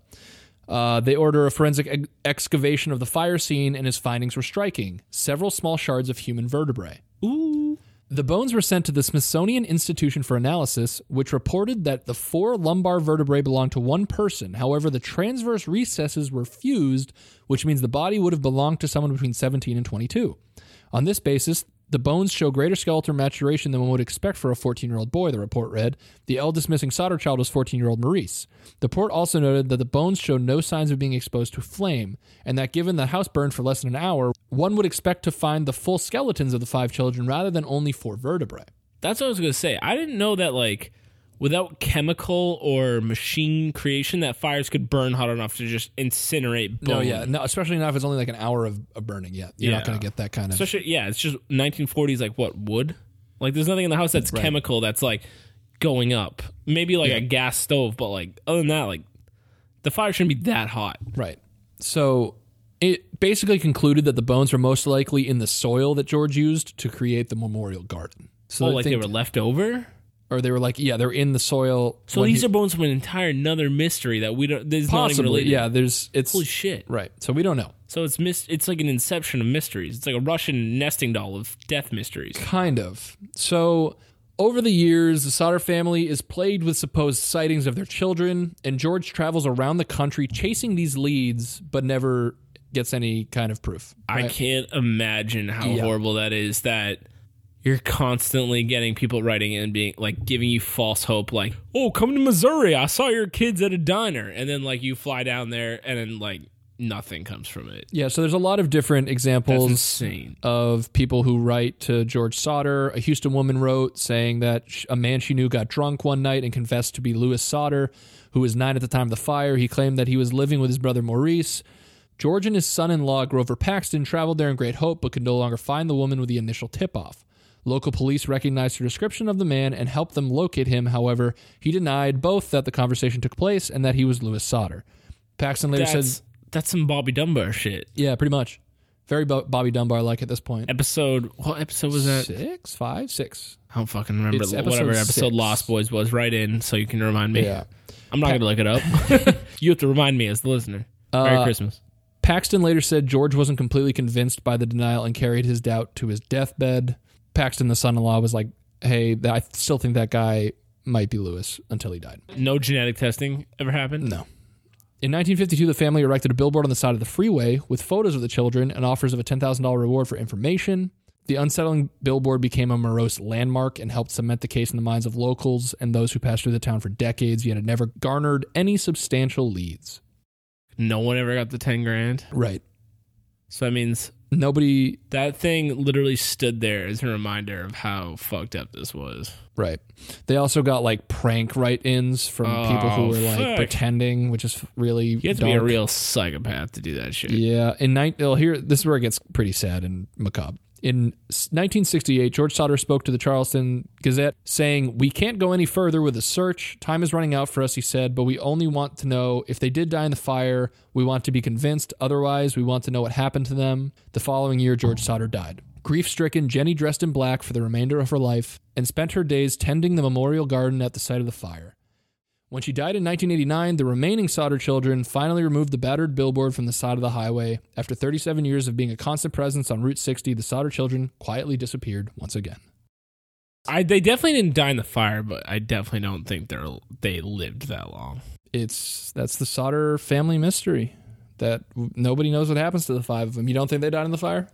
C: uh, they order a forensic ex- excavation of the fire scene, and his findings were striking several small shards of human vertebrae. Ooh. The bones were sent to the Smithsonian Institution for analysis, which reported that the four lumbar vertebrae belonged to one person. However, the transverse recesses were fused, which means the body would have belonged to someone between 17 and 22. On this basis, the bones show greater skeletal maturation than one would expect for a 14 year old boy, the report read. The eldest missing solder child was 14 year old Maurice. The report also noted that the bones show no signs of being exposed to flame, and that given the house burned for less than an hour, one would expect to find the full skeletons of the five children rather than only four vertebrae.
B: That's what I was gonna say. I didn't know that like without chemical or machine creation that fires could burn hot enough to just incinerate bone.
C: No, yeah, no, especially not if it's only like an hour of, of burning. Yeah,
B: Oh,
C: you're
B: Yeah.
C: not going to get that kind of.
B: Especially yeah, it's just 1940s like what wood? Like there's nothing in the house that's chemical that's like going up. Maybe like a gas stove, but like other than that like the fire shouldn't be that hot.
C: Right. So it basically concluded that the bones were most likely in the soil that George used to create the memorial garden. So
B: oh,
C: they
B: like they
C: think-
B: were left over?
C: or they were like, yeah, they're in the soil.
B: So
C: when
B: these
C: he-
B: are bones from an entire another mystery that we don't there's not even
C: possibly,
B: related.
C: yeah. There's it's
B: Holy shit.
C: right. So we don't know.
B: So it's mis- it's like an inception of mysteries. It's like a Russian nesting doll of death mysteries.
C: Kind of. So over the years, the Sauter family is plagued with supposed sightings of their children, and George travels around the country chasing these leads, but never gets any kind of proof.
B: I can't imagine how
C: Yeah.
B: horrible that is that you're constantly getting people writing in and being like giving you false hope like, "Oh, come to Missouri. I saw your kids at a diner." And then like you fly down there and then like nothing comes from it.
C: Yeah. So there's a lot of different
B: That's
C: examples.
B: insane.
C: of people who write to George Sauter. A Houston woman wrote saying that sh- a man she knew got drunk one night and confessed to be Lewis Sauter, who was nine at the time of the fire. He claimed that he was living with his brother Maurice. George and his son in law, Grover Paxton, traveled there in great hope but could no longer find the woman with the initial tip off. Local police recognized her description of the man and helped them locate him. However, he denied both that the conversation took place and that he was Lewis Sauter. Paxton later said,
B: That's that's some Bobby Dunbar shit.
C: Yeah, pretty much. Very Bo- Bobby Dunbar like at this point
B: Episode what episode was that?
C: six, five, six.
B: I don't fucking remember
C: It's episode
B: whatever episode
C: six.
B: Lost Boys was. Right in so you can remind me.
C: Yeah.
B: I'm not gonna look it up. you have to remind me as the listener.
C: Uh,
B: Merry Christmas.
C: Paxton later said George wasn't completely convinced by the denial and carried his doubt to his deathbed. Paxton, the son-in-law, was like, "Hey, th- I still think that guy might be Lewis until he died."
B: No genetic testing ever happened.
C: No. In 1952, the family erected a billboard on the side of the freeway with photos of the children and offers of a $10,000 reward for information. The unsettling billboard became a morose landmark and helped cement the case in the minds of locals and those who passed through the town for decades, yet had never garnered any substantial leads.
B: No one ever got the ten grand.
C: Right.
B: So that means
C: Nobody
B: that thing literally stood there as a reminder of how fucked up this was.
C: Right. They also got like prank write ins from people
B: Oh,
C: who were like
B: fuck.
C: pretending, which is really
B: You have to be a
C: dark.
B: real psychopath to do that shit.
C: Yeah, in nine, well, here this is where it gets pretty sad and macabre. In s- 1968, George Sauter spoke to the Charleston Gazette saying, "We can't go any further with the search. Time is running out for us," he said, "but we only want to know if they did die in the fire. We want to be convinced. Otherwise, we want to know what happened to them." The following year, George Sauter died. Grief-stricken, Jenny dressed in black for the remainder of her life and spent her days tending the memorial garden at the site of the fire. When she died in 1989, the remaining Sauter children finally removed the battered billboard from the side of the highway. After 37 years of being a constant presence on Route 60, the Sauter children quietly disappeared once again.
B: I they definitely didn't die in the fire, but I definitely don't think they're they lived that long.
C: It's that's the Sauter family mystery that w- nobody knows what happens to the five of them. You don't think they died in the fire?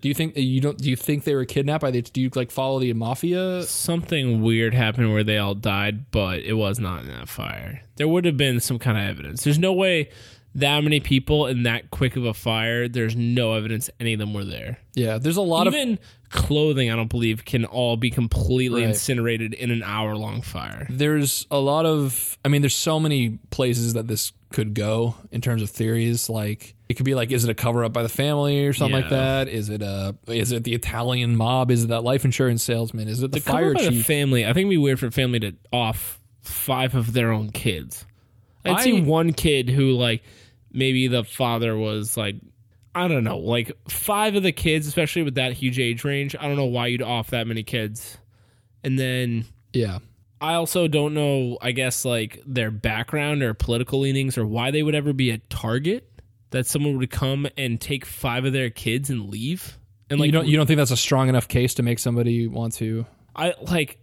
C: Do you think you don't? Do you think they were kidnapped by the? Do you like follow the mafia?
B: Something weird happened where they all died, but it was not in that fire. There would have been some kind of evidence. There's no way that many people in that quick of a fire. There's no evidence any of them were there.
C: Yeah, there's a lot of
B: Even clothing, I don't believe, can all be completely
C: Right.
B: incinerated in an hour long fire.
C: there's a lot of i mean there's so many places that this could go in terms of theories like it could be like is it a cover up by the family or something like
B: Yeah.
C: that is it a is it the italian mob is it that life insurance salesman is it the,
B: The
C: fire
B: cover by the
C: chief
B: family. I think it'd be weird for a family to off five of their own kids. I'd see
C: I-
B: one kid who like maybe the father was like I don't know, like five of the kids, especially with that huge age range. I don't know why you'd off that many kids. And then
C: yeah
B: I also don't know, I guess, like their background or political leanings or why they would ever be a target that someone would come and take five of their kids and leave. And like,
C: you don't you don't think that's a strong enough case to make somebody want to?
B: I like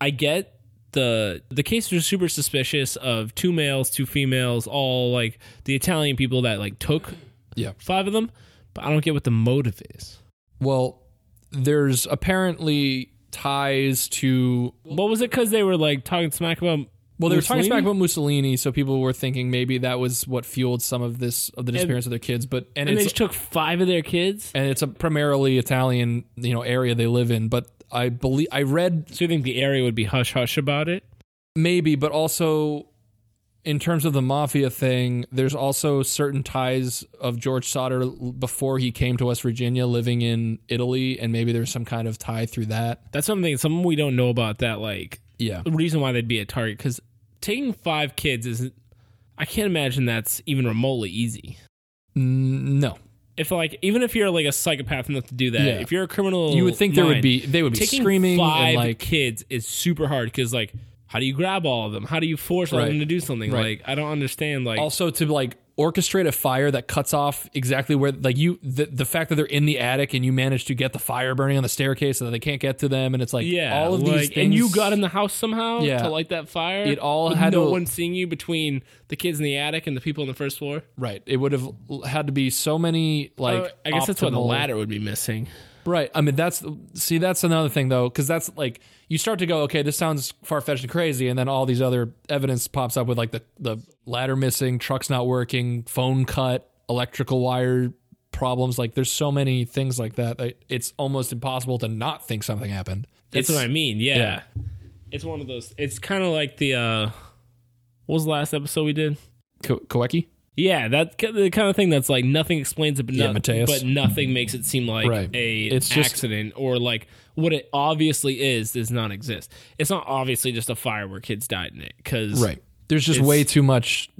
B: I get the the cases are super suspicious of two males, two females, all like the Italian people that like took
C: Yeah.
B: five of them, but I don't get what the motive is.
C: Well, there's apparently ties to
B: What was it because they were like talking smack about
C: Well, they were talking
B: Mussolini?
C: back about Mussolini, so people were thinking maybe that was what fueled some of this of the disappearance of their kids. But and,
B: and they
C: it's
B: just took five of their kids?
C: and it's a primarily Italian you know area they live in. But I believe I read
B: So you think the area would be hush hush about it?
C: maybe, but also in terms of the mafia thing, there's also certain ties of George Sauter l- before he came to West Virginia, living in Italy, and maybe there's some kind of tie through that.
B: That's something something we don't know about that like
C: Yeah,
B: the reason why they'd be a target because taking five kids isn't. I can't imagine that's even remotely easy.
C: N- no,
B: If like even if you're like a psychopath enough to do that,
C: Yeah.
B: if you're a criminal,
C: you would think there would
B: mind,
C: be they would be
B: taking
C: screaming
B: five
C: and like
B: kids is super hard because like how do you grab all of them? How do you force all
C: Right.
B: of them to do something?
C: Right.
B: Like I don't understand. Like
C: also to like orchestrate a fire that cuts off exactly where like you the, the fact that they're in the attic and you manage to get the fire burning on the staircase so that they can't get to them and it's like
B: yeah,
C: all of
B: like,
C: these things
B: and you got in the house somehow
C: Yeah.
B: to light that fire.
C: It all
B: with
C: had
B: no
C: to-
B: one seeing you between the kids in the attic and the people on the first floor.
C: right it would have l- had to be so many like
B: Like Oh, I guess that's why the
C: optimal-
B: ladder would be missing.
C: right I mean that's see that's another thing though because that's like you start to go okay this sounds far-fetched and crazy and then all these other evidence pops up with like the the ladder missing truck's not working phone cut electrical wire problems. Like there's so many things like that that it's almost impossible to not think something happened.
B: That's
C: It's-
B: what I mean. Yeah.
C: yeah.
B: It's one of those. It's kind of like the uh what was the last episode we did?
C: Ko- Koecki?
B: Yeah, that ki- the kind of thing that's like nothing explains it, but,
C: Yeah,
B: no-
C: Mateus.
B: but nothing makes it seem like
C: Right.
B: a
C: It's just-
B: accident or like what it obviously is does not exist. It's not obviously just a fire where kids died in it because
C: There's just
B: It's-
C: way too much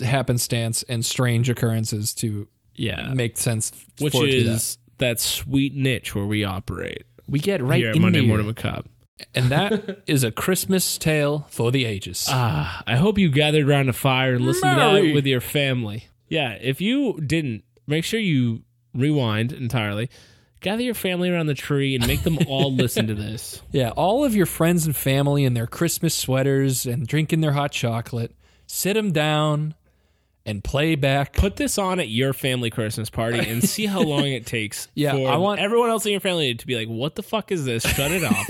C: happenstance and strange occurrences to
B: yeah,
C: make sense.
B: which
C: for it to be
B: is that. sweet niche where we operate
C: that. we get right
B: here at
C: in
B: Monday
C: there.
B: Morning Macabre.
C: and that is a Christmas tale for the ages.
B: Ah, I hope you gathered around a fire and listened to
C: Merry-
B: that with your family. Yeah, if you didn't, make sure you rewind entirely. Gather your family around the tree and make them all listen to this.
C: yeah, all of your friends and family in their Christmas sweaters and drinking their hot chocolate. Sit them down and play back.
B: Put this on at your family Christmas party and see how long it takes.
C: Yeah,
B: for
C: I want-
B: everyone else in your family to be like, "What the fuck is this? Shut it off."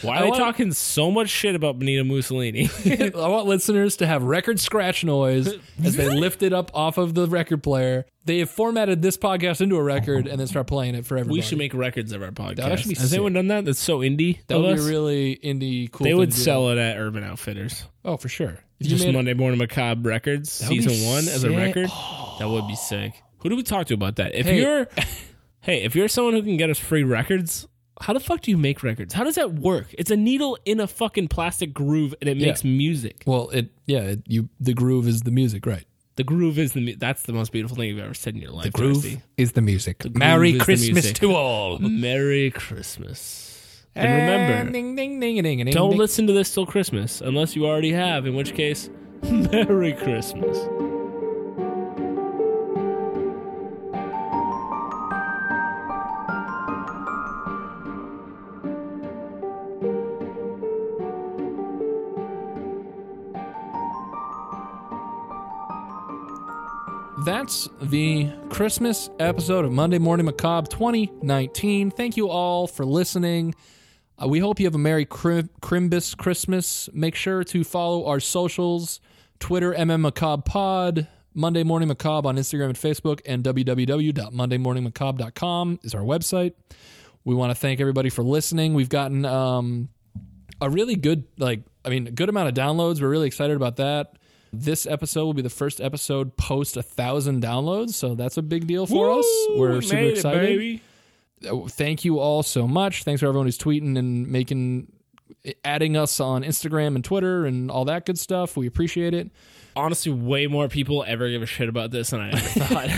B: Why are
C: I
B: they
C: want-
B: talking so much shit about Benito Mussolini?
C: I want listeners to have record scratch noise as they lift it up off of the record player. They have formatted this podcast into a record and then start playing it for everybody.
B: we should make records of our podcast.
C: actually be
B: Has anyone done that? That's so indie.
C: that
B: of
C: would be
B: us.
C: really indie cool.
B: they
C: thing
B: would
C: to do.
B: sell it at Urban Outfitters.
C: Oh, for sure. You
B: just
C: made-
B: Monday Morning Macabre Records
C: would be
B: season one as a
C: sick.
B: record. That would be sick. Who do we talk to about that? If
C: Hey.
B: you're, hey, if you're someone who can get us free records, how the fuck do you make records? How does that work? It's a needle in a fucking plastic groove, and it makes music.
C: well, it yeah. It, you the groove is the music, right?
B: The groove is the mu- that's the most beautiful thing you've ever said in your life. The
C: Groove is the music. Merry
B: is the
C: Christmas
B: music.
C: to all.
B: Merry Christmas. And remember,
C: ding, ding, ding, ding, ding,
B: don't
C: ding.
B: listen to this till Christmas, unless you already have. In which case, Merry Christmas.
C: That's the Christmas episode of Monday Morning Macabre 2019. Thank you all for listening. Uh, we hope you have a Merry Crim- Crimbus Christmas. Make sure to follow our socials Twitter, MM Macabre Pod, Monday Morning Macabre on Instagram and Facebook, and www.mondaymorningmacabre.com is our website. We want to thank everybody for listening. We've gotten um, a really good like i mean a good amount of downloads we're really excited about that this episode will be the first episode post a thousand downloads so that's a big deal for us we're super
B: Made it,
C: excited
B: baby.
C: Uh, thank you all so much thanks for everyone who's tweeting and making adding us on instagram and twitter and all that good stuff we appreciate it
B: honestly way more people ever give a shit about this than I ever thought.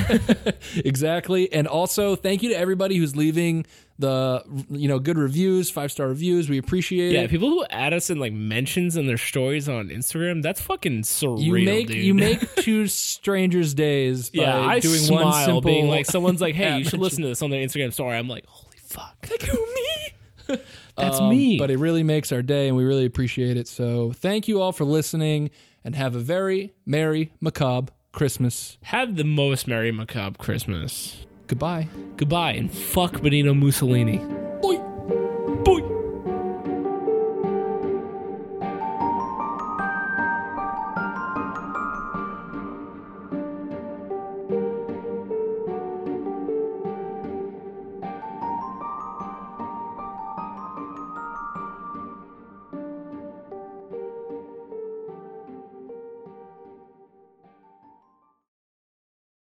C: the you know good reviews, five star reviews. We appreciate
B: Yeah,
C: it.
B: people who add us in like mentions in their stories on Instagram, that's fucking surreal,
C: You make
B: dude.
C: you make two strangers' days by
B: yeah, I
C: doing
B: smile,
C: one simple
B: being like, someone's like, "Hey,
C: app
B: you should
C: mention."
B: listen to this on their Instagram story." I'm like, "Holy fuck,
C: me.
B: that's
C: Um,
B: me!"
C: But it really makes our day, and we really appreciate it. So thank you all for listening, and have a very merry macabre Christmas.
B: Have the most merry macabre Christmas.
C: Goodbye.
B: Goodbye, and fuck Benito Mussolini.